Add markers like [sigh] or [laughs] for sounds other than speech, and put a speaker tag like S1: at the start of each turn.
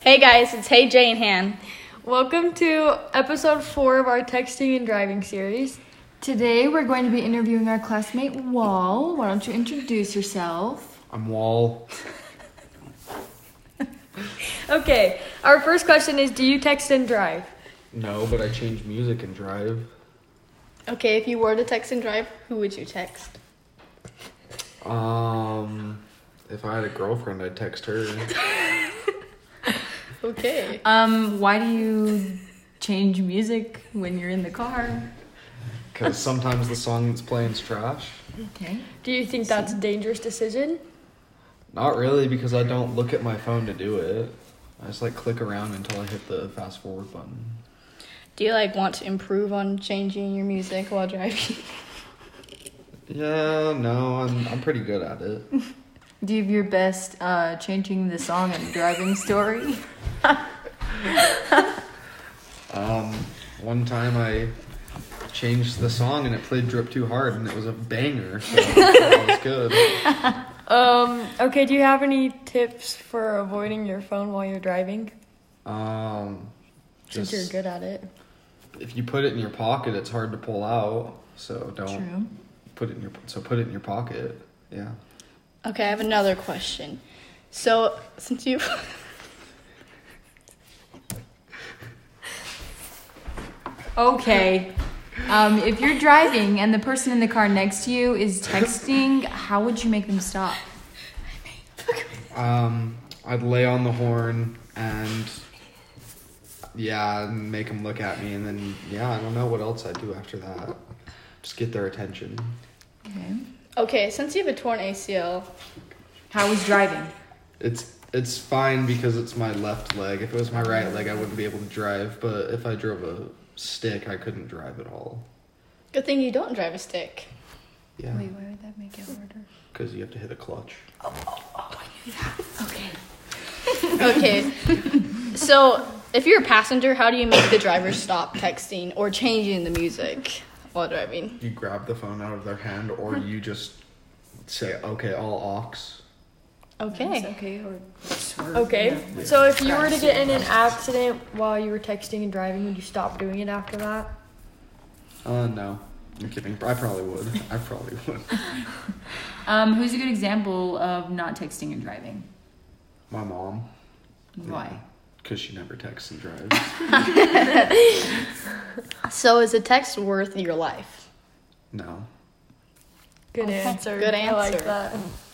S1: Hey guys, it's Hey Jay and Han.
S2: Welcome to episode four of our texting and driving series.
S3: Today we're going to be interviewing our classmate Wall. Why don't you introduce yourself?
S4: I'm Wall.
S2: Okay, our first question is Do you text and drive?
S4: No, but I change music and drive.
S1: Okay, if you were to text and drive, who would you text?
S4: Um, if I had a girlfriend, I'd text her.
S1: Okay.
S3: Um, why do you change music when you're in the car?
S4: Because sometimes the song that's playing's trash.
S3: Okay.
S2: Do you think that's a dangerous decision?
S4: Not really, because I don't look at my phone to do it. I just like click around until I hit the fast forward button.
S1: Do you like want to improve on changing your music while driving? [laughs]
S4: Yeah, no, I'm I'm pretty good at it.
S3: [laughs] Do you have your best uh, changing the song and driving story? [laughs]
S4: Um, one time I changed the song and it played "Drip Too Hard" and it was a banger. So that was good.
S3: [laughs]
S2: Um, okay, do you have any tips for avoiding your phone while you're driving?
S4: Um,
S2: Since
S4: just
S2: you're good at it.
S4: if you put it in your pocket, it's hard to pull out. So don't
S3: True.
S4: put it in your so put it in your pocket. Yeah.
S1: Okay, I have another question. So, since you
S3: Okay. Um, if you're driving and the person in the car next to you is texting, how would you make them stop?
S4: Um, I'd lay on the horn and yeah, and make them look at me, and then yeah, I don't know what else I do after that. Just get their attention.
S3: Okay.
S1: [laughs] Okay, since you have a torn ACL,
S3: How was driving?
S4: It's it's fine because it's my left leg. If it was my right leg, I wouldn't be able to drive. But if I drove a stick, I couldn't drive at all.
S1: good thing you don't drive a stick.
S4: Yeah,
S3: why would that make it harder?
S4: because you have to hit a clutch.
S3: Okay.
S2: [laughs]
S1: Okay. so, if you're a passenger, how do you make the driver stop texting or changing the music while driving?
S4: You grab the phone out of their hand, or you just say, "Okay, all aux."
S3: It's
S1: Okay.
S3: okay or swerve.
S2: Okay,
S4: Yeah.
S2: so if you were to get in an accident while you were texting and driving, would you stop doing it after that?
S4: Uh, no. I'm kidding. I probably would. I probably would.
S3: Um, who's a good example of not texting and driving?
S4: My mom,
S3: Why?
S4: because she never texts and drives.
S1: So, is a text worth your life?
S4: No.
S2: Good answer.
S1: Good
S2: I like
S1: answer.
S2: that.